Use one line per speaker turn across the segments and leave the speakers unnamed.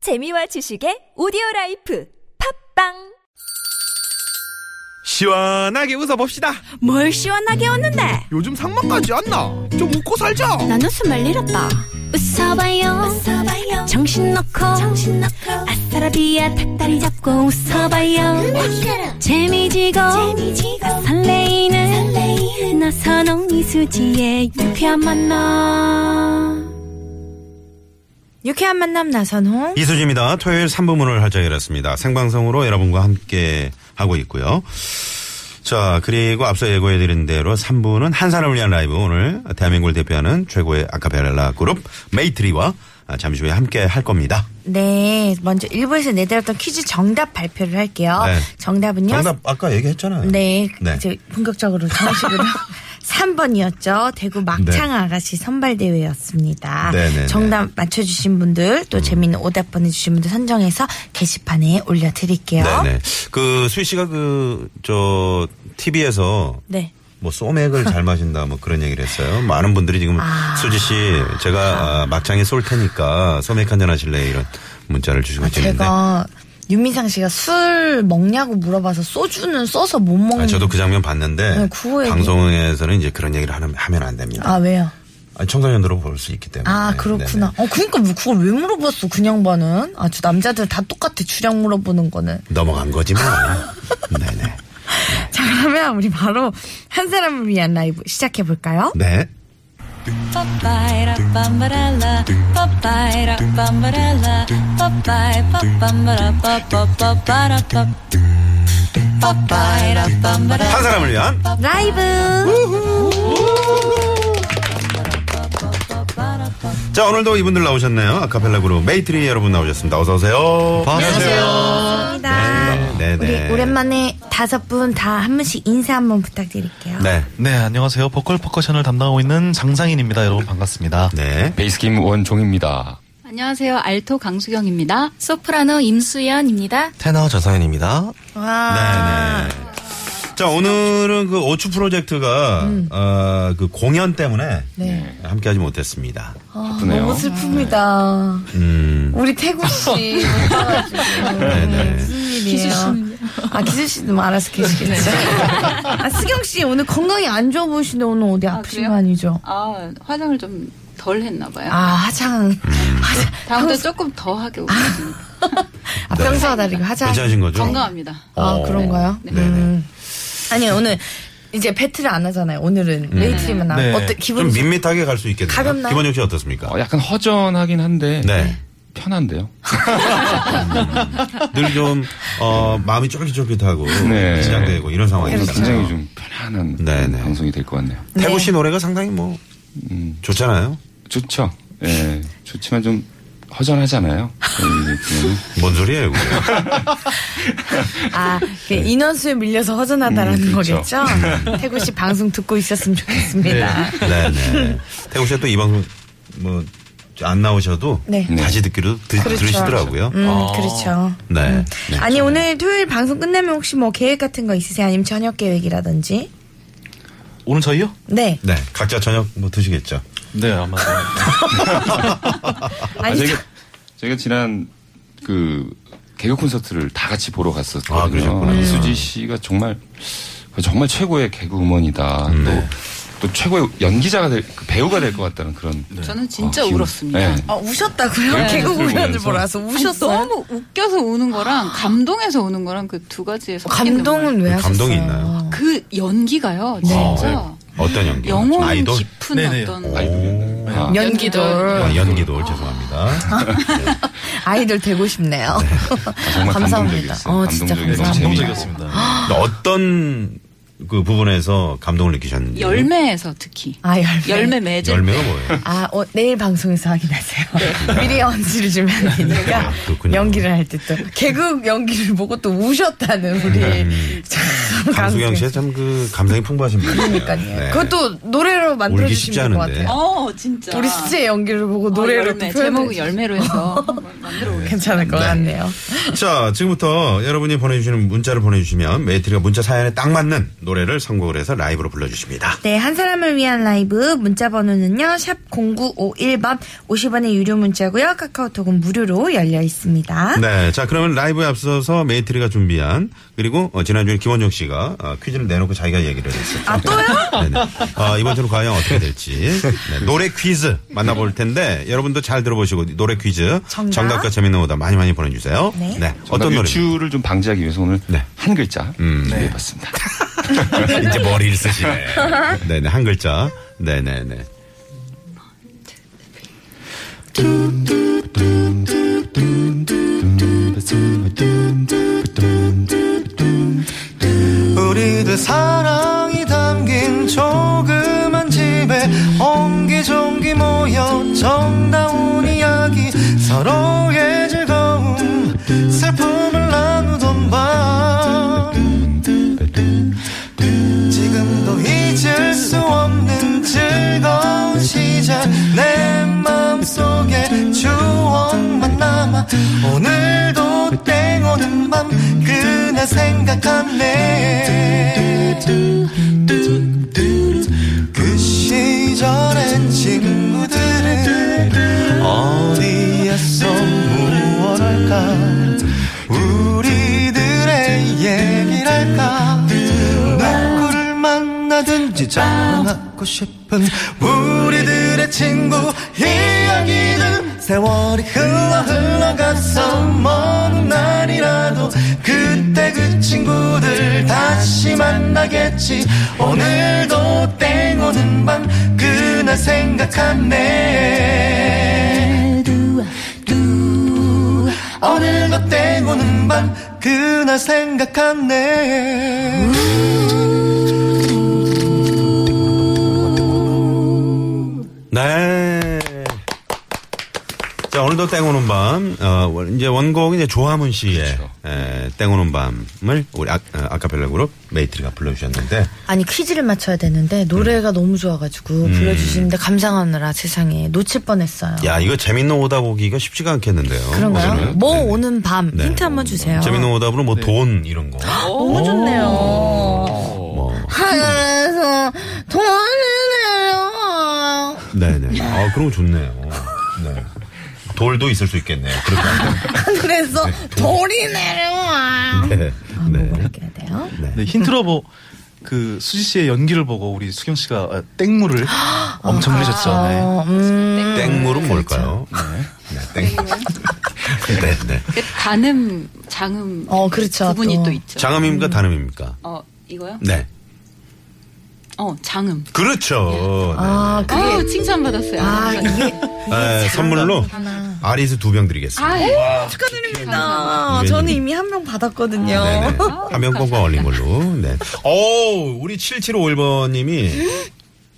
재미와 지식의 오디오 라이프 팝빵
시원하게 웃어봅시다.
뭘 시원하게 웃는데
요즘 상만까지 안 나. 좀 웃고 살자.
난 웃음을 잃었다 웃어봐요, 웃어봐요. 정신 놓고 아싸라비아 닭다리 잡고 웃어봐요 재미지고, 설레이는, 나선홍 이수지의 유쾌한 만남
유쾌한 만남 나선홍.
이수지입니다. 토요일 3부문을 활짝 열었습니다. 생방송으로 여러분과 함께 하고 있고요. 자, 그리고 앞서 예고해드린 대로 3부는 한 사람을 위한 라이브 오늘 대한민국을 대표하는 최고의 아카펠라 그룹 메이트리와 잠시 후에 함께 할 겁니다.
네, 먼저 1부에서 내드렸던 퀴즈 정답 발표를 할게요.
네.
정답은요.
정답 아까 얘기했잖아요.
네,
네.
이제 본격적으로 정식으로 3번이었죠. 대구 막창 아가씨 선발대회였습니다.
네, 음. 네, 네.
정답 맞춰주신 분들 또 재미있는 오답 보내주신 분들 선정해서 게시판에 올려드릴게요.
네네. 그 수희 씨가 그, 저, TV에서
네.
뭐 소맥을 잘 마신다 뭐 그런 얘기를 했어요. 많은 분들이 지금
아.
수지 씨 제가 아, 막창에 쏠 테니까 소맥 한잔 하실래 이런 문자를 주시고 계시는데
아, 제가 윤민상 씨가 술 먹냐고 물어봐서 소주는 써서 못 먹는.
아, 저도 그 장면 봤는데
음. 네, 그거 얘기-
방송에서는 이제 그런 얘기를 하면 하면 안 됩니다.
아 왜요?
아니, 청소년으로 볼 수 있기 때문에.
아 그렇구나.
네네.
어 그러니까 뭐 그걸 왜 물어봤어? 그냥 봐는 아주 남자들 다 똑같아 주량 물어보는 거는.
넘어간 거지 뭐. 네네.
자 그러면 우리 바로 한 사람을 위한 라이브 시작해 볼까요?
네. 한 사람을 위한
라이브.
네. 자 오늘도 이분들 나오셨네요. 아카펠라 그룹 메이트리 여러분 나오셨습니다. 어서 오세요.
반갑습니다.
네, 네, 네.
우리 오랜만에 다섯 분 다 한 분씩 인사 한번 부탁드릴게요.
네.
네, 안녕하세요. 보컬 퍼커션을 담당하고 있는 장상인입니다. 여러분 반갑습니다.
네.
베이스 김원종입니다.
안녕하세요. 알토 강수경입니다. 소프라노 임수연입니다.
테너 저상현입니다.
네.
와.
아. 자 오늘은 그 오추 프로젝트가 어, 그 공연 때문에
음. 네.
함께하지 못했습니다.
아,
바쁘네요.
너무 슬픕니다.
음,
우리 태국 씨.
네네.
기수씨는 아 기수씨도 뭐 알아서 계시겠죠 아 수경씨 오늘 건강이 안 좋아 보이시는데 오늘 어디 아프신
그래요?
거 아니죠
아, 화장을 좀 덜 했나 봐요.
아 화장 화장
다음부터 조금 더 하게 오겠습니다.
아, 평소와 다르게 화장
괜찮으신 거죠?
건강합니다.
아 그런가요
네.
음. 아니 오늘 이제 배틀을 안 하잖아요 오늘은 레이트리만 나
네.
어때
좀
기분이 좀-
밋밋하게 갈 수 있겠네요.
가볍나요?
기본 역시 어떻습니까?
어, 예. 약간 허전하긴 한데
네.
편한데요.
늘 좀 어, 마음이 쫄깃쫄깃하고
네.
긴장되고 이런 상황입니다.
굉장히 좀 편안한
그렇죠. 네네.
방송이 될 것 같네요.
태구 씨 노래가 상당히 뭐
음,
좋잖아요.
좋죠. 예, 좋지만 좀 허전하잖아요. 예, 이제 그거는.
뭔 소리예요? 그게?
아, 그 인원수에 밀려서 허전하다라는
음, 그렇죠.
거겠죠 태구씨 방송 듣고 있었으면 좋겠습니다
네네. 태구 씨가 또 이 방송 뭐 안 나오셔도
네.
다시 듣기로 드,
그렇죠.
들으시더라고요.
음 그렇죠
네. 네.
아니 오늘 토요일 방송 끝나면 혹시 뭐 계획 같은 거 있으세요? 아니면 저녁 계획이라든지?
오늘 저희요?
네.
네. 각자 저녁 뭐 드시겠죠?
네, 아마.
아니
저희가, 저희가 지난 그 개그 콘서트를 다 같이 보러 갔었거든요.
아, 그러셨구나.
이수지 씨가 정말 정말 최고의 개그 음원이다.
네.
또, 또 최고의 연기자가 될, 그 배우가 될 것 같다는 그런.
네.
저는 진짜
어, 기운.
울었습니다.
네.
아, 우셨다고요?
네.
개그 공연을
보면서.
보라서 우셨어요? 아.
아니, 너무 웃겨서 우는 거랑 감동해서 우는 거랑 그 두 가지에 섞이는 거랑.
어, 감동은 왜 하셨어요?
감동이 있나요?
그 연기가요.
네,
진짜.
어, 어떤 연기?
영혼
아, 네. 아이돌?
깊은
네네.
어떤
오.
아,
연기돌
아, 연기도 죄송합니다.
아이돌 되고 싶네요.
아, 정말
감사합니다.
감동적이었어요.
어 진짜
네,
감사합니다.
감동적이고 재밌-
감동적이었습니다.
근데 어떤 그 부분에서 감동을 느끼셨는지?
열매에서 특히.
아 열매.
열매 맺은
열매가
그
뭐예요?
아 어, 내일 방송에서 확인하세요.
네.
미리 언지를 주면 안 되니까
아, 그렇군요. 네.
연기를 할 때 또 개그 연기를 보고 또 우셨다는 우리 참
강수경 씨가 참 그 감성이 풍부하신 분이에요.
그러니까요. 그것도 노래로
네. 울기 쉽지
만들어주시면 될 것
않은데.
같아요.
어 진짜.
우리 수지의 연기를 보고 노래로
열매,
또 표현해
제목이
주시-
열매로 해서 한번 만들어 볼게요.
괜찮을 것
네.
같네요.
자, 지금부터 여러분이 보내주시는 문자를 보내주시면 메이트리가 문자 사연에 딱 맞는 노래를 선곡을 해서 라이브로 불러주십니다.
네, 한 사람을 위한 라이브 문자 번호는요. 샵 0951번 50원의 유료 문자고요. 카카오톡은 무료로 열려 있습니다.
네. 자, 그러면 라이브에 앞서서 메이트리가 준비한 그리고 어, 지난주에 김원정 씨가 어, 퀴즈를 내놓고 자기가 얘기를 했었죠. 아, 또요? 네네. 어, 이번 주는 과연 어떻게 될지. 네, 노래 퀴즈 만나볼 텐데 여러분도 잘 들어보시고 노래 퀴즈
정답.
과 재밌는 오다 많이 많이 보내주세요.
네.
어떤 노래?
유추를 좀 방지하기 위해서 오늘
네.
한 글자
음.
준비해봤습니다.
이제 머리를 쓰시네. 네네. 한 글자. 네네네.
우리들 사랑이 담긴 조그만 집에 옹기종기 모여 정다운 이야기 서로의 즐거움 슬픔을 나누던 밤 지금도 잊을 수 없는 즐거운 시절 내 맘속에 추억만 남아 오늘도 땡오는 밤 그날 생각하네 그 시절엔 친구들은 어디에서 무엇할까 우리들의 얘기랄까 누구를 만나든지 자랑하고 싶은 우리들의 친구 이야기는 세월이 흘러 흘러갔어 먼 날이라도 그때 그 친구들 다시 만나겠지 오늘도 땡 오는 밤 그날 생각하네 오늘도 땡 오는 밤 그날 생각하네
네. 자, 오늘도 땡오는 밤, 어, 원- 이제 원곡은 이제 조화문 씨의 에, 땡오는 밤을 우리 아, 카펠라 그룹 메이트리가 불러주셨는데,
아니 퀴즈를 맞춰야 되는데 노래가
음.
너무 좋아가지고 불러주시는데 감상하느라 세상에 놓칠 뻔했어요.
야, 이거 재밌는 오다 보기가 쉽지가 않겠는데요.
그런가요? 음.
오늘은.
뭐
네.
오는 밤 힌트 한번 주세요.
재밌는 오답으로 뭐 돈 이런 거.
너무 좋네요.
뭐.
하늘에서 돈을 내려.
네네. 아, 그런 거 좋네요. 네. 돌도 있을 수 있겠네요. 그렇게 하면.
하늘에서 돌이 내려와.
네.
뭐가
네.
이렇게 해야 돼요?
네, 힌트로 뭐, 그, 수지 씨의 연기를 보고 우리 수경 씨가 아, 땡물을 엄청 흘리셨죠. 네.
어, 음.
땡물은 뭘까요? 네. 네, 땡. 네, 네.
그 단음, 장음
어, 그렇죠.
구분이
또.
또, 있죠.
장음입니까? 단음입니까?
어 이거요?
네.
어 장음.
그렇죠.
아,
네네.
그,
아 칭찬 받았어요. 그러니까
아, 이게.
에, 선물로 아리스 두 병 드리겠습니다.
어, 축하드립니다.
네.
저는 이미 한 명 받았거든요.
아, 네네.
아,
한명 꽁꽁 얼린 걸로. 네. 오, 우리 7751번님이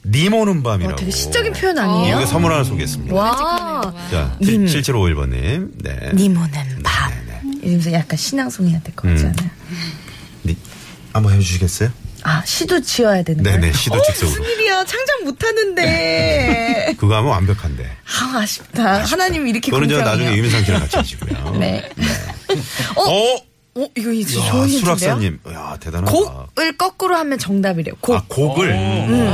님 오는 밤이라고.
어,
어.
되게 시적인 표현 아니에요?
이거 선물 하나 소개했습니다.
와,
자,
님.
7751번님. 네.
님 오는 밤. 이러면서 약간 신앙송해야 될 것 같지
음.
않아요?
니- 한번 해주시겠어요?
아, 시도 지어야 되는 거예요?
네네, 시도
무슨
직속으로.
일이야. 창작 못하는데.
그거 하면 완벽한데.
아, 아쉽다. 하나님이 이렇게
그거는 저 나중에
공평해요.
유민상 씨랑 같이 해주시고요.
네.
어?
어, 이거 이제
야,
좋은 힌트인데요?
수락사님. 야, 대단하다.
곡을 거꾸로 하면 정답이래요. 곡. 아,
아, 곡을. 음.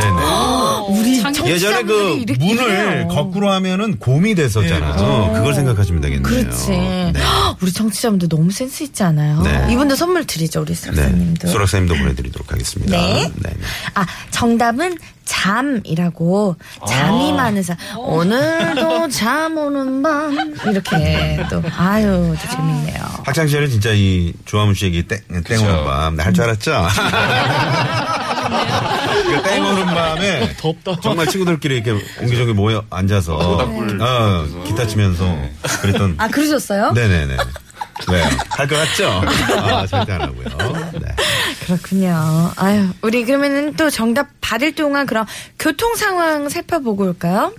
네네.
어,
우리
예전에 그
청취자분들이 이렇게
문을
해요.
거꾸로 하면은 곰이 됐었잖아요. 그걸 생각하시면 되겠네요.
그렇지.
네.
헉, 우리 청취자분들 너무 센스 있지 않아요?
네.
이분들 선물 드리죠,
네.
우리 수락사님도.
수락사님도 보내드리도록 하겠습니다.
네.
네.
아, 정답은 잠이라고.
아.
잠이 많은 사람. 오늘도 잠 오는 밤. 이렇게 또. 아유, 또 재밌네요.
학창시절에 진짜 이 조화문 씨의 이 땡, 땡오는 밤. 나 할 줄 알았죠? 그 땡오는 밤에
덥다.
정말 친구들끼리 이렇게 옹기종기 모여 앉아서
소다불
어, 기타 치면서
네.
그랬던
아, 그러셨어요?
네네네. 네. 할것 같죠? 아, 절대 안 하고요. 네.
그렇군요. 아유, 우리 그러면은 또 정답 받을 동안 그럼 교통 상황 살펴보고 올까요?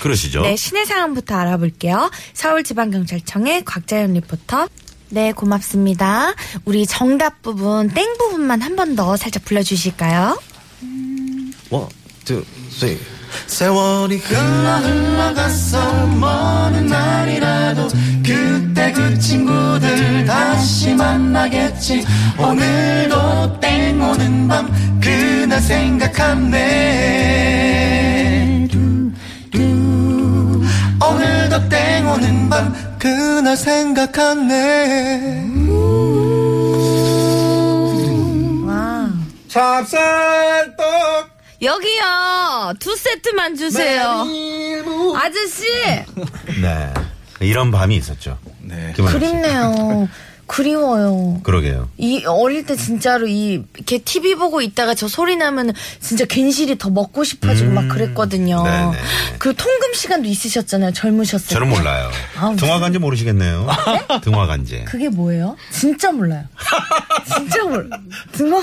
그러시죠?
네, 시내 상황부터 알아볼게요. 서울지방경찰청의 곽자연 리포터. 네, 고맙습니다. 우리 정답 부분, 땡 부분만 한 번 더 살짝 불러주실까요?
원, 투, 쓰리. 세월이 흘러 흘러갔어 먼 날이라도 그때 그 친구들 다시 만나겠지 오늘도 땡 오는 밤 그날 생각하네 오늘도 땡 오는 밤 그날 생각하네
와.
찹쌀떡
여기요. 두 세트만 주세요. 아저씨.
네. 이런 밤이 있었죠.
네.
뭐 김하나 씨.
그립네요. 그리워요.
그러게요.
이 어릴 때 진짜로 이 이렇게 TV 보고 있다가 저 소리 나면 진짜 괜시리 더 먹고 싶어지고 막 그랬거든요.
음. 네네.
그 통금 시간도 있으셨잖아요. 젊으셨을 때.
저는 몰라요.
아우,
등화간지 모르시겠네요. 등화간지.
그게 뭐예요? 진짜 몰라요. 진짜 몰라. 등원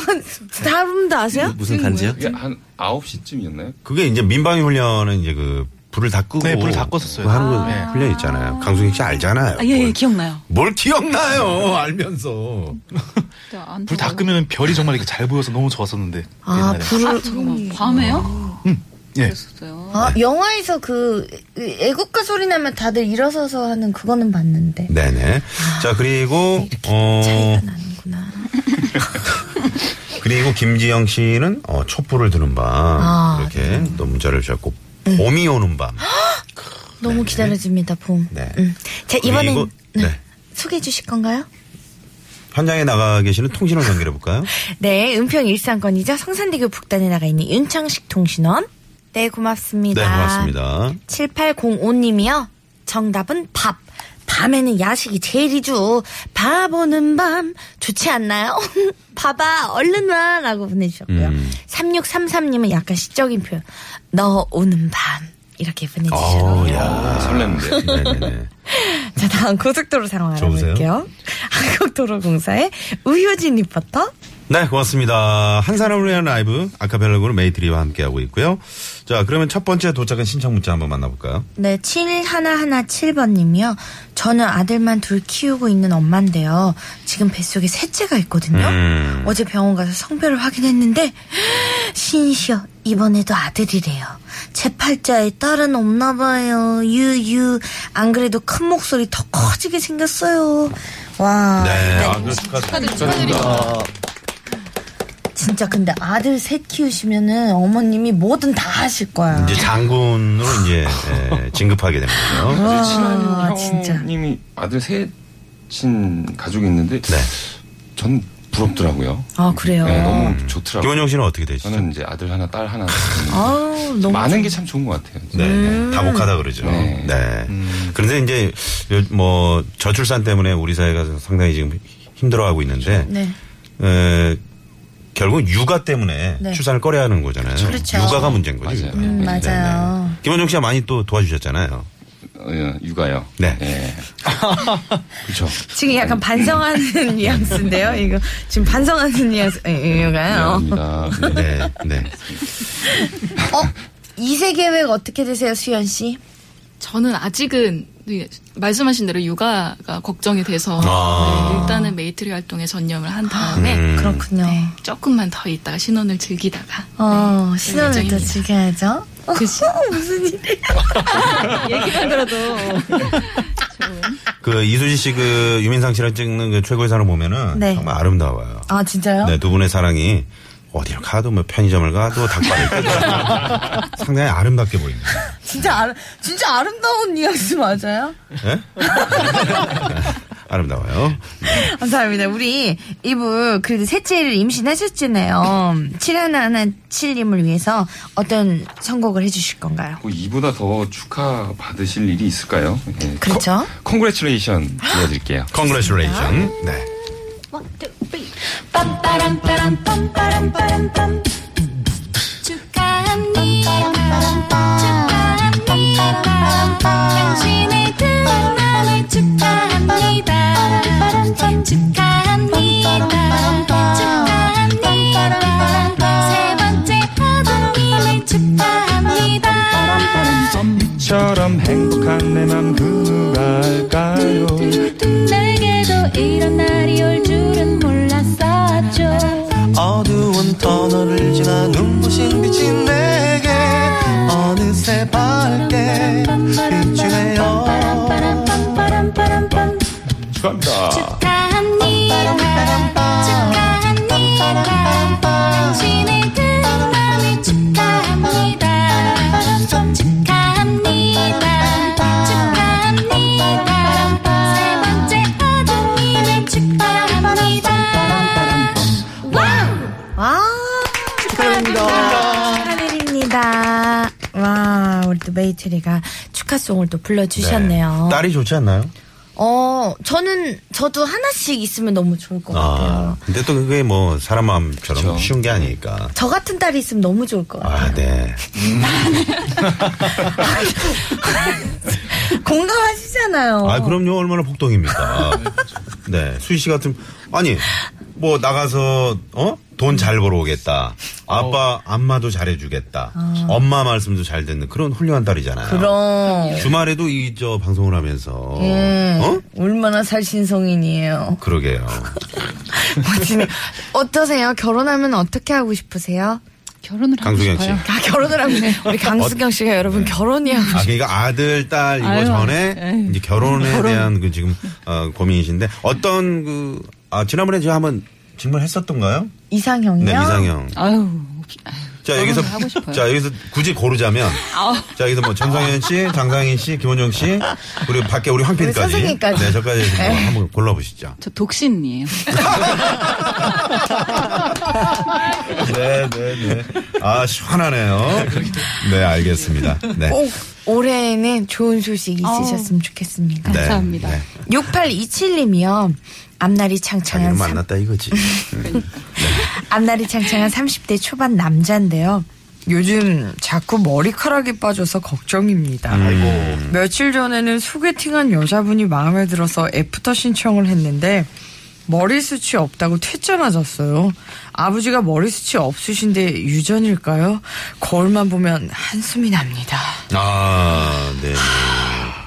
다분도 아세요?
무슨 간지요?
이게 한 9시쯤이었나요?
그게 이제 민방위 훈련은 이제 그 불을 다 끄고
네, 불을 다 껐었어요.
그 하는 거 훈련 있잖아요. 강수익 씨 알잖아요.
아, 예, 예,
뭘,
기억나요.
뭘 기억나요? 알면서.
아.
그때 네, 안
불 다
들어가요.
끄면 별이 정말 이렇게 잘 보여서 너무 좋았었는데
아,
옛날에.
불을.
아,
음.
잠깐만. 밤에요?
예.
그랬어요.
아,
네.
영화에서 그 애국가 소리 나면 다들 일어서서 하는 그거는 봤는데.
네네. 자 그리고
아, 차이가
어
나는구나.
그리고 김지영 씨는 어, 촛불을 드는 밤
아, 네.
이렇게 또 문자를 주셨고 봄이 오는 밤.
너무 기다려집니다, 봄.
네.
음. 자,
그리고-
이번엔 네.
네.
소개해 주실 건가요?
현장에 나가 계시는 통신원 연결해 볼까요?
네, 은평 일산권이죠. 성산대교 북단에 나가 있는 윤창식 통신원. 네,
네
고맙습니다.
고맙습니다.
7805님이요. 정답은 밥. 밤에는 야식이 제일이죠. 바보는 밤. 좋지 않나요? 봐봐, 얼른 와. 라고 보내주셨고요.
음.
3633님은 약간 시적인 표현. 너 오는 밤. 이렇게
어,
보내주셨고요.
야
아, 설레는데.
네네네.
자, 다음 고속도로 상황
저보세요?
알아볼게요. 한국도로공사의 우효진 리포터.
네, 고맙습니다. 한 사람을 위한 라이브 아카펠라 그룹 메이트리와 함께하고 있고요. 자, 그러면 첫 번째 도착한 신청 문자 한번 만나볼까요?
네, 7117번님이요. 저는 아들만 둘 키우고 있는 엄마인데요. 지금 뱃속에 셋째가 있거든요.
음.
어제 병원 가서 성별을 확인했는데, 신이시여, 이번에도 아들이래요. 제 팔자에 딸은 없나 봐요. 유유. 안 그래도 큰 목소리 더 커지게 생겼어요. 와.
네, 아,
네,
그 축하-
진짜 근데 아들 셋 키우시면은 어머님이 뭐든 다 하실 거야.
이제 장군으로 이제 예, 진급하게 된 거죠.
와,
친한
진짜.
형님이 아들 셋인 가족이 있는데
네.
전 부럽더라고요.
아, 그래요?
네, 너무 좋더라고요.
김원영 씨는 어떻게 되시죠?
저는 이제 아들 하나, 딸 하나.
아우, 너무.
많은 게 참 좋은 것 같아요.
네,
음.
네. 다복하다 그러죠. 네.
네.
그런데 이제 요- 뭐 저출산 때문에 우리 사회가 상당히 지금 힘들어하고 있는데
네.
에, 결국 육아 때문에
네.
출산을 꺼려 하는 거잖아요.
그렇죠.
육아가 문제인 거죠.
맞아요.
육아가.
음, 맞아요.
김원종 씨가 많이 또 도와주셨잖아요.
어, 육아요.
네.
예. 그렇죠.
지금 약간 반성하는 뉘앙스인데요. 이거 지금 반성하는 뉘앙스.
예, 아,
이거요.
감사합니다.
네, 네.
어? 이세 계획 어떻게 되세요, 수현 씨?
저는 아직은 이- 말씀하신 대로 육아가 걱정이 돼서
아.
네, 일단은 메이트리 활동에 전념을 한 다음에
음.
그렇군요.
네, 조금만 더 있다가 신혼을 즐기다가
어,
네,
신혼을 더
예정입니다.
즐겨야죠.
그치?
무슨 일이에요?
얘기만 들어도
그 이수지 씨 그 유민상 씨랑 찍는 그 최고의 사랑 보면은
네.
정말 아름다워요.
아, 진짜요?
네, 두 분의 사랑이 어디를 가도 뭐 편의점을 가도 닭발을 가도 상당히 아름답게 보입니다.
진짜 아름, 진짜 아름다운 뉘앙스 맞아요?
예? 아름다워요.
감사합니다. 우리 이분 그래도 셋째를 임신하셨잖아요. 7117님을 위해서 어떤 선곡을 해주실 건가요?
뭐 이보다 더 축하 받으실 일이 있을까요? 예.
그렇죠.
콩그레츄레이션 들려드릴게요.
아,
Congratulation. 네.
빰빠람빠람 빰빠람빠람 빰 축하합니다 축하합니다 당신의 그 태어남을 축하합니다 축하합니다 축하합니다 세 번째 아버님을 축하합니다
처럼 행복한 내 맘 그누가 알까요?
내게도 이런 날이 올 줄은 몰랐었죠
어두운 터널을 지나 눈부신 빛이 내게 어느새 밝게 비추네요
축하합니다.
축하합니다 축하합니다 당신의 등단을 축하합니다 축하합니다 축하합니다 세 번째 아드님을 축하합니다 와우
와 아, 축하드립니다. 축하드립니다. 와 우리 또 메이트리가 축하송을 또 불러주셨네요.
네. 딸이 좋지 않나요?
어 저는 저도 하나씩 있으면 너무 좋을 것 같아요.
아, 근데 또 그게 뭐 사람 마음처럼 쉬운 게 아니니까.
저 같은 딸이 있으면 너무 좋을 것 같아요.
아, 네.
공감하시잖아요.
아, 그럼요. 얼마나 복덩입니까. 네. 수희 씨 같은, 아니, 뭐, 나가서, 어? 돈 잘 벌어오겠다. 아빠, 안마도 잘해주겠다.
아.
엄마 말씀도 잘 듣는 그런 훌륭한 딸이잖아요.
그럼.
주말에도 이, 저, 방송을 하면서.
음,
어?
얼마나 살신성인이에요.
그러게요.
어떠세요? 결혼하면 어떻게 하고 싶으세요?
결혼을
하고 강수경 싶어요. 씨.
아, 결혼을 하면 우리 강수경 씨가 여러분 결혼이 하고
네. 아, 그러니까 아들, 딸, 이거
아유,
전에
아유.
이제 결혼에
결혼.
대한 그 지금, 어, 고민이신데 어떤 그, 아, 지난번에 제가 한번 질문했었던가요?
이상형이요?
네, 이상형.
아유
자, 여기서,
하고 싶어요.
자, 여기서 굳이 고르자면.
아우
자, 여기서 뭐 전상현 씨, 장상인 씨, 김원정 씨, 우리 밖에 우리 황
우리
PD까지.
선생님까지.
네, 저까지 해서 뭐
네.
한번 골라보시죠.
저 독신이에요.
네, 네, 네. 아, 시원하네요. 네, 알겠습니다. 네.
꼭 올해에는 좋은 소식 있으셨으면 좋겠습니다.
네, 감사합니다. 네.
6827님이요. 앞날이
자기는
창창한 삼-
만났다 이거지.
앞날이 창창한 30대 초반 남자인데요. 요즘 자꾸 머리카락이 빠져서 걱정입니다.
음.
며칠 전에는 소개팅한 여자분이 마음에 들어서 애프터 신청을 했는데 머리숱이 없다고 퇴짜 맞았어요. 아버지가 머리숱이 없으신데 유전일까요? 거울만 보면 한숨이 납니다.
아, 네.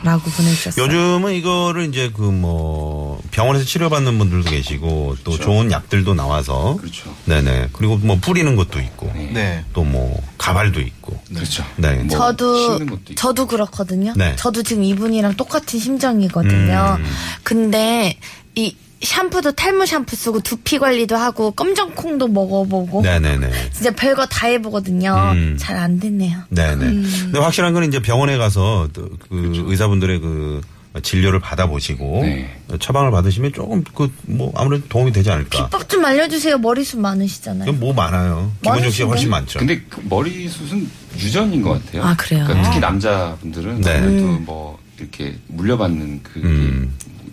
라고 보내주셨어요.
요즘은 이거를 이제 그 뭐 병원에서 치료받는 분들도 계시고 또 좋은 약들도 나와서. 그렇죠. 네네. 그리고 뭐 뿌리는 것도 있고.
네.
또 뭐 가발도 있고.
그렇죠.
네. 뭐
저도 저도 그렇거든요.
네. 음.
저도 지금 이분이랑 똑같은 심정이거든요. 근데 이 샴푸도 탈모 샴푸 쓰고 두피 관리도 하고 검정콩도
뭐?
먹어보고
네네네.
진짜 별거 다 해보거든요.
음.
잘 안 됐네요.
네네.
음.
근데 확실한 건 이제 병원에 가서 또그 의사분들의 그 진료를 받아보시고 처방을 받으시면 조금 그 뭐 아무래도 도움이 되지 않을까.
빡 좀 알려주세요. 머리숱 많으시잖아요.
이건 뭐 많아요. 김원정 씨가 훨씬 많죠.
근데 그 머리숱은 유전인 것 같아요.
아, 그래요?
그러니까 특히
아.
남자분들은
네.
아무래도
음.
뭐 이렇게 물려받는 그게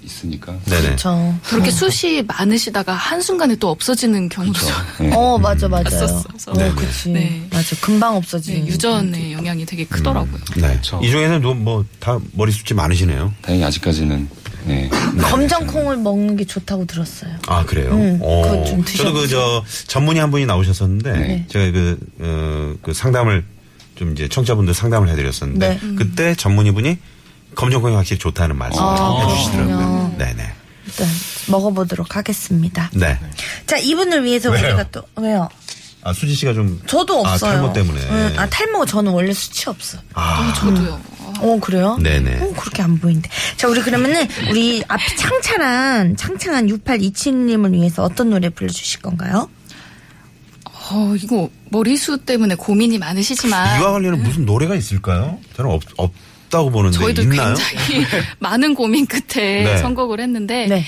있으니까.
네네.
그렇죠.
그렇게 숱이 많으시다가 한순간에 또 없어지는 경우도
예,
저는
어 맞아 맞아요.
봤었어서.
어,
네.
그치. 맞아 금방 없어지는.
유전의 영향이 되게 크더라고요.
네. 이 중에는 뭐 다 머리숱이 많으시네요.
다행히 아직까지는. 네.
검정콩을 먹는 게 좋다고 들었어요.
아 그래요?
음,
오.
그거 좀 드셔보세요.
저도 그 저 전문의 한 분이 나오셨었는데
네.
제가 그, 어, 그 상담을 좀 이제 청자분들 상담을 해드렸었는데
네. 음.
그때 전문의분이 검정콩이 확실히 좋다는 말씀을
아,
해주시더라고요.
그렇군요.
네네.
일단 먹어보도록 하겠습니다.
네.
자 이분을 위해서
왜요?
우리가 또 왜요?
아 수지 씨가 좀
저도
아,
없어요.
탈모 때문에.
음, 아 탈모 저는 원래 수치 없어.
아.
저도요.
어 그래요?
네네.
어 그렇게 안 보이는데. 자 우리 그러면은 우리 앞이 창창한 창창한 6827님을 위해서 어떤 노래 불러주실 건가요?
어, 이거 머리숱 때문에 고민이 많으시지만
그 이와 관련해
네.
무슨 노래가 있을까요? 저는 없, 없다고 보는데
저희도
네, 있나요?
굉장히 많은 고민 끝에
네.
선곡을 했는데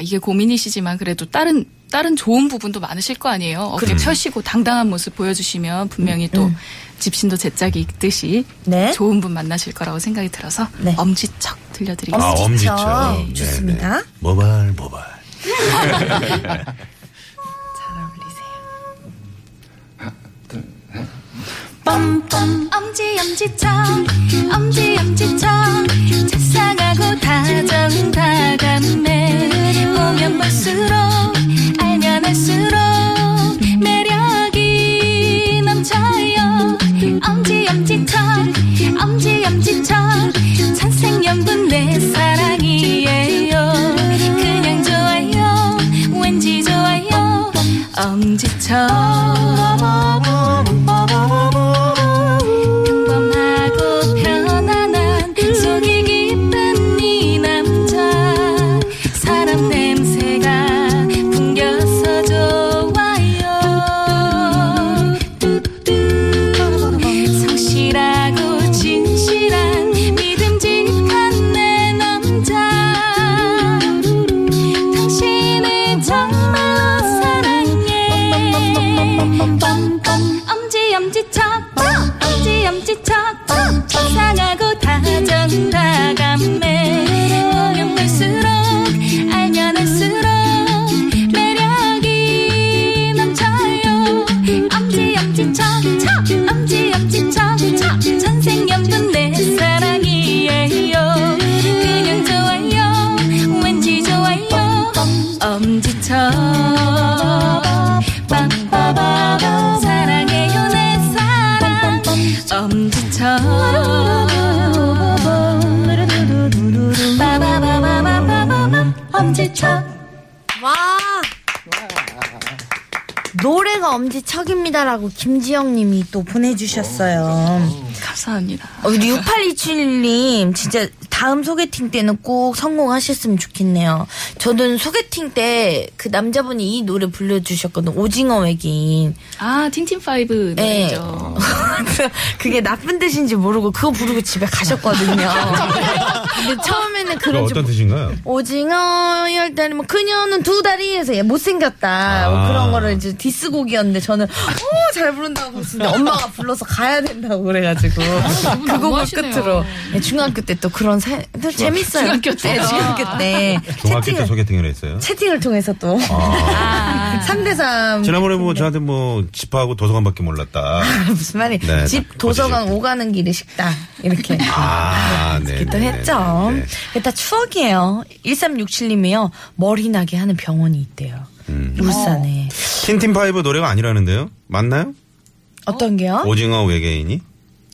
이게 고민이시지만 그래도 다른 다른 좋은 부분도 많으실 거 아니에요. 어깨
그렇죠.
펴시고 당당한 모습 보여주시면 분명히 또
음,
집신도 제짝이 있듯이
네.
좋은 분 만나실 거라고 생각이 들어서 엄지척 들려드리겠습니다.
아, 엄지척. 네, 네. 모발 모발.
뻔뻔 엄지 엄지척 엄지 엄지척 자상하고 다정다감해 보면 볼수록 알면 알수록 매력이 넘쳐요 엄지 엄지척 엄지 엄지척 찬생연분 내 사랑이에요 그냥 좋아요 것처럼 평범하고 편안한 속이 깊은 이 남자 사람 냄새가 풍겨서 좋아요 성실하고 진실한 믿음직한 내 남자 당신을 정말로 사랑해 뻔뻔 엄지 엄지척 엄지 엄지척 사랑하고 다정다감해 보면 볼수록 알면 할수록 매력이 넘쳐요 엄지 엄지척 엄지 엄지척 전생연분 내 사랑이에요 그냥 좋아요 왠지 좋아요 엄지척 빰빠바밤 사랑해요 내 사랑 엄지척 빠바바바바바밤 엄지척
와. 노래가 엄지척입니다라고 김지영님이 또 보내주셨어요.
감사합니다.
우리 6827님 어, 진짜 다음 소개팅 때는 꼭 성공하셨으면 좋겠네요. 저는 소개팅 때 그 남자분이 이 노래 불러주셨거든요. 오징어 외계인.
아 틴틴 파이브
네.
어.
노래죠. 어.
그게 나쁜 뜻인지 모르고 그거 부르고 집에 가셨거든요. 근데 처음에는 그런
그러니까
좀
어떤 뜻인가요?
오징어 열 다리 뭐 그녀는 두 다리에서 얘 못생겼다 뭐
아.
그런 거를 이제 디스곡이었는데 저는 어잘 부른다고 진짜 엄마가 불러서 가야 된다고 그래가지고 그 곡을
아, 너무하시네요.
끝으로 예, 중학교 때 또 그런 사... 또 재밌어요
중학교 때.
네, 중학교 때
중학교 때
채팅을,
소개팅을 했어요.
채팅을 통해서 또
아.
삼 대삼
지난번에 뭐 저한테 뭐 집하고 도서관밖에 몰랐다.
무슨 말이
네,
집
어디죠?
도서관 오가는 길에 식당 이렇게
아, 네.
또 했죠. 그게 다 추억이에요. 1367님이요. 머리 나게 하는 병원이 있대요.
음.
울산에.
틴틴 파이브 노래가 아니라는데요? 맞나요?
어. 떤 게요?
오징어 외계인이?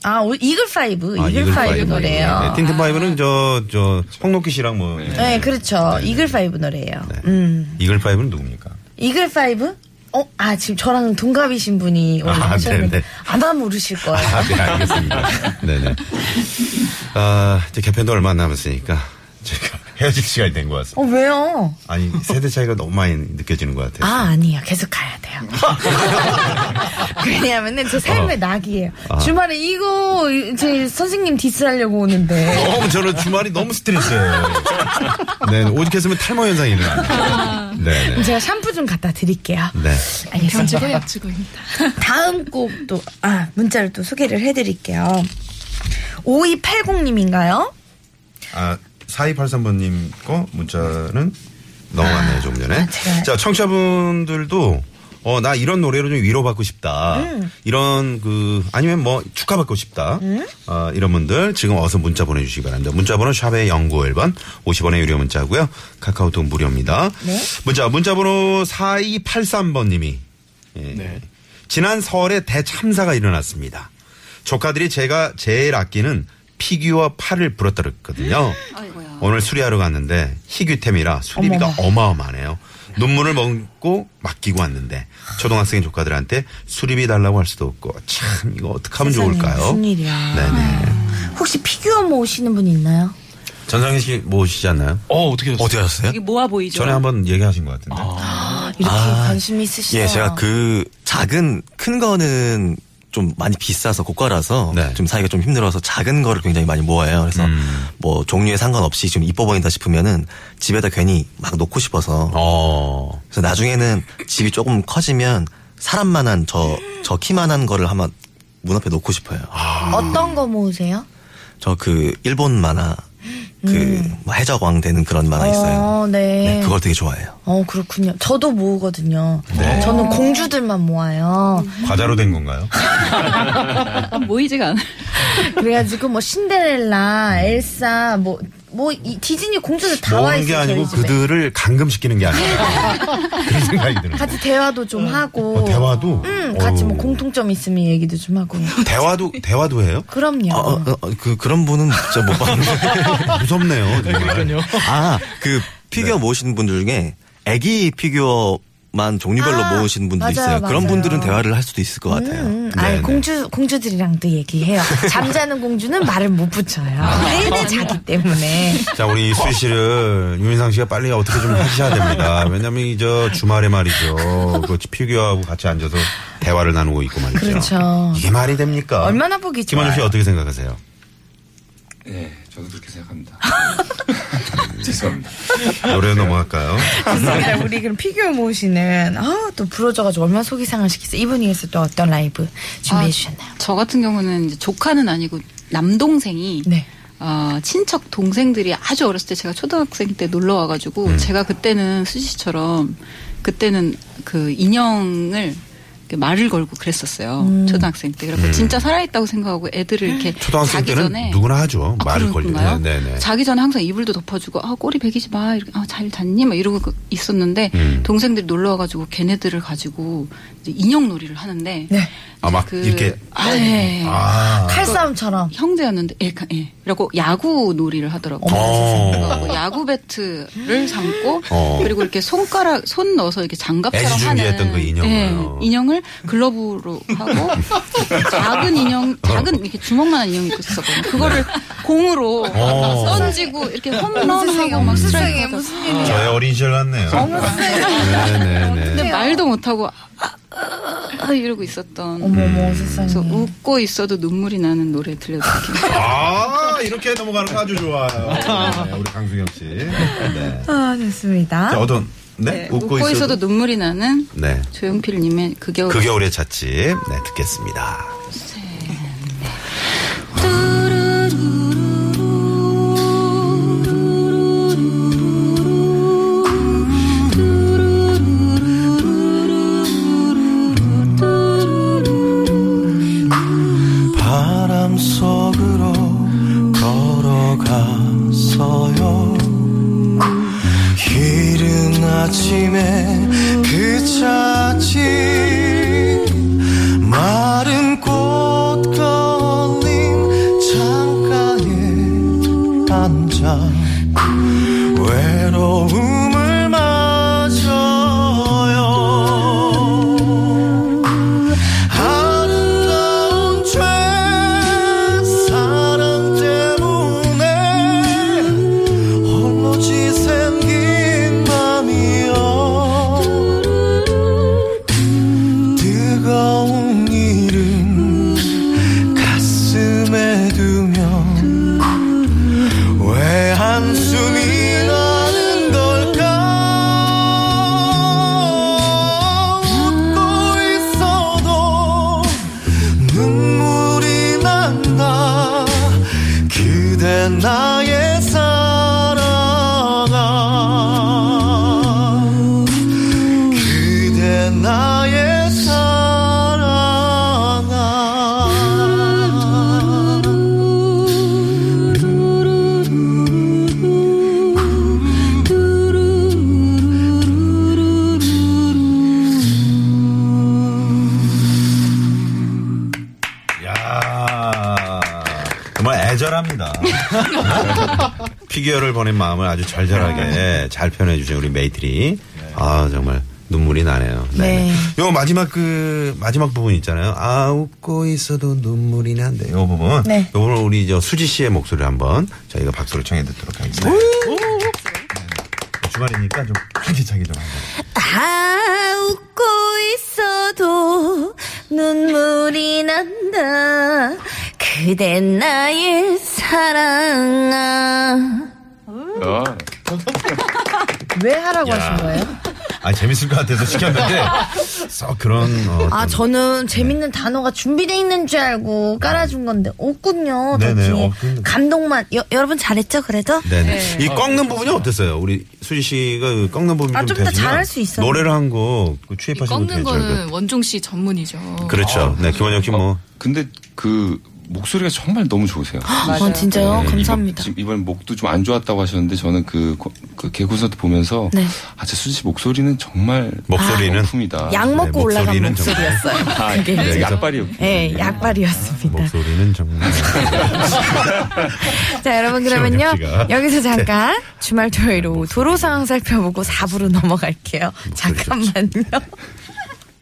아, 오- 이글 파이브, 이글 파이브 노래예요. 아.
네, 틴틴 파이브는 저 저 홍록기 씨랑 뭐
네, 그렇죠. 이글 파이브 노래예요.
네.
음.
이글 파이브는 누굽니까?
이글 파이브? 어, 아, 지금 저랑 동갑이신 분이 오늘
아,
하셨는데
네네.
아마 모르실 거예요.
아, 네, 알겠습니다. 네네. 아, 이제 개편도 얼마 안 남았으니까 제가 헤어질 시간이 된 것 같습니다.
어, 왜요?
아니, 세대 차이가 너무 많이 느껴지는 것 같아요.
아, 아니에요. 계속 가야 돼요. 왜냐면은 제
어.
삶의 낙이에요.
아.
주말에 이거 제 선생님 디스하려고 오는데.
너무 어, 저는 주말이 너무 스트레스예요. 네, 오죽했으면 탈모 현상이 일어나. 네, 네.
제가 샴푸 좀 갖다 드릴게요.
네.
병주고
알겠습니다.
약주고입니다.
다음 곡도 아 문자를 또 소개를 해드릴게요. 5280님인가요?
아, 4283번님 거 문자는 넘어갔네요, 좀 전에.
아, 제가-
자, 청취자분들도 어, 나 이런 노래로 좀 위로받고 싶다.
음.
이런 그, 아니면 뭐 축하받고 싶다. 어, 이런 분들 지금 어서 문자 보내주시기 바랍니다. 문자번호 샵의 0951번, 50원의 유료 문자고요 카카오톡 무료입니다.
네.
문자, 문자번호 4283번님이. 예. 지난 설에 대참사가 일어났습니다. 조카들이 제가 제일 아끼는 피규어 팔을 부러뜨렸거든요. 오늘 수리하러 갔는데 희귀템이라 수리비가 어마어마하네요 눈물을 먹고 맡기고 왔는데 초등학생 조카들한테 수리비 달라고 할 수도 없고 참 이거 어떻게 하면
세상에,
좋을까요?
무슨 일이야.
네네.
혹시 피규어 모으시는 분 있나요?
전상희 씨 모시지 않나요?
어 어떻게 됐어요?
어떻게 하셨어요?
이게 모아 보이죠?
전에 한번 얘기하신 것 같은데.
이렇게
아,
관심이 있으시죠?
예, 제가 그 작은 큰 거는 좀 많이 비싸서 고가라서 좀 사기가 좀 힘들어서 작은 거를 굉장히 많이 모아요. 그래서
음.
뭐 종류에 상관없이 좀 이뻐 보인다 싶으면은 집에다 괜히 막 놓고 싶어서. 그래서 나중에는 집이 조금 커지면 사람만한 저 저 키만한 거를 한번 문 앞에 놓고 싶어요.
어떤 거 모으세요?
저 그 일본 만화 그뭐
음.
해적왕 되는 그런 만화 있어요.
어, 네.
네, 그걸 되게 좋아해요.
어 그렇군요. 저도 모으거든요.
네.
저는 공주들만 모아요.
과자로 된 건가요?
모이지가 않아.
그래가지고 뭐 신데렐라, 엘사, 뭐. 뭐, 이 디즈니 공주들 다 와
모은 게
있어요.
아니고
저희 집에.
그들을 감금시키는 게 아니라 그런 생각이 드는 거예요.
같이 대화도 좀 하고.
어, 대화도?
응, 같이 뭐
어우.
공통점 있으면 얘기도 좀 하고.
대화도 대화도 해요?
네.
그럼요.
어, 어, 어, 그 그런 분은 진짜 못 봤는데
무섭네요.
네.
아 그 피규어 모으시는 분들 중에 아기 피규어 만 종류별로
아,
모으신 분도
맞아요,
있어요. 그런
맞아요.
분들은 대화를 할 수도 있을 것 같아요.
음, 아니, 공주, 공주들이랑도 얘기해요. 잠자는 공주는 말을 못 붙여요. 내내 자기 때문에.
자, 우리 이수희 씨를 유민상 씨가 빨리 어떻게 좀 하셔야 됩니다. 왜냐면 이 저 주말에 말이죠. 그 피규어하고 같이 앉아서 대화를 나누고 있고 말이죠.
그렇죠.
이게 말이 됩니까?
얼마나 보기
김원주 씨
좋아요.
어떻게 생각하세요?
예, 저도 그렇게 생각합니다. 죄송합니다.
노래 넘어갈까요?
죄송해요. 우리 그럼 피규어 모으시는, 아, 또 부러져가지고 얼마나 속이 상하시겠어요. 이분이에서 또 어떤 라이브
아,
준비해 주셨나요?
아, 저 같은 경우는 이제 조카는 아니고 남동생이
네.
네.
어, 친척 동생들이 아주 어렸을 때 제가 초등학생 때 놀러 와가지고
음.
제가 그때는 수지 씨처럼 그때는 그 인형을 이렇게 말을 걸고 그랬었어요
음.
초등학생 때 그래서
음.
진짜 살아있다고 생각하고 애들을 이렇게
초등학생
자기
때는
전에 아,
누구나 하죠. 말을 걸리고.
그런가요?
네, 네.
자기 전에 항상 이불도 덮어주고 아 꼬리 베기지 마 이렇게 아, 잘 잤니 막 이러고 그- 있었는데
음.
동생들이 놀러 와가지고 걔네들을 가지고 이제 인형놀이를 하는데
아, 막
그-
이렇게.
아, 예.
아.
칼싸움처럼
형제였는데 예, 가- 예. 그리고 야구 놀이를 하더라고요.
어머, 세상에.
그래갖고 야구 배트를 삼고
어.
그리고 이렇게 손가락 손 넣어서 이렇게 장갑처럼
애지 준비했던
하는
그 인형을. 어.
예, 인형을 글러브로 하고 작은 인형 작은 이렇게 주먹만한 인형이 있었거든요. 그거를 공으로
네. 어.
던지고 이렇게 홈런하고 막 스트라이크 하고.
저의 어린 시절 같네요.
근데
네네네.
말도 못하고 아, 아, 아, 이러고 있었던.
어머머
그래서
음.
웃고 있어도 눈물이 나는 노래 들려드릴게요.
아, 이렇게 넘어가는 거 아주 좋아요. 네, 우리 강승엽 씨. 네.
아, 좋습니다.
자, 어떤, 네? 웃고,
웃고 있어도 눈물이 나는
네.
조용필님의 그 겨울.
그 겨울의 찻집. 네, 듣겠습니다.
바람 속으로 걸어갔어요. 이른 아침에 그 차지 마른 꽃 떨린 창가에 앉아 외로움을 마셔요. 아름다운 죄 사랑 때문에 홀로지 생긴 맘이여 뜨거운 일은 가슴에 두면 왜 한숨이 나는 걸까 웃고 있어도 눈물이 난다 그대 나의 사랑아 그대 나의 사랑아
야 정말 애절합니다. 피규어를 보낸 마음을 아주 절절하게 잘 표현해 주신 우리 메이트리. 아, 정말 눈물이 나네요. 네. 요 마지막 그, 마지막 부분 있잖아요. 아, 웃고 있어도 눈물이 난데. 요 부분.
네.
요 부분 우리 저 수지 씨의 목소리를 한번 저희가 박수를 청해 듣도록 하겠습니다. 네. 주말이니까 좀 활기차게 좀 하자.
아, 웃고 있어도 눈물이 난다. 그대 나의 사랑아.
어.
왜 하라고
야.
하신 거예요?
아, 재밌을 것 같아서 시켰는데. 썩 그런, 어,
아, 저는 재밌는 단어가 준비돼 있는 줄 알고 깔아준 건데, 없군요.
네네,
나중에
없군요.
감동만. 여, 여러분 잘했죠, 그래도?
네네. 이 꺾는 부분이 어땠어요? 우리 수지 씨가 그 꺾는 부분이
아, 좀더
되시면
잘할 수 있어요.
노래를 한 곡 취입하시면
꺾는
되죠.
그.
거는 원종 씨 전문이죠.
그렇죠. 네, 김원영 씨 뭐.
근데 그 목소리가 정말 너무 좋으세요.
맞아요. 어, 진짜요? 감사합니다.
이번, 이번에 목도 좀 안 좋았다고 하셨는데 저는 그, 그 개콘서트 보면서
네.
아, 제 수지 씨 목소리는 정말 아,
목소리는?
품이다.
약
네,
먹고 올라간 목소리였어요.
아,
그게.
네, 약발이었군요.
네, 약발이었습니다.
목소리는 정말.
자, 여러분 그러면요.
시원해, 씨가. 네.
여기서 잠깐
음,
주말 토요일 오후 도로 상황 살펴보고 4부로 넘어갈게요. 잠깐만요.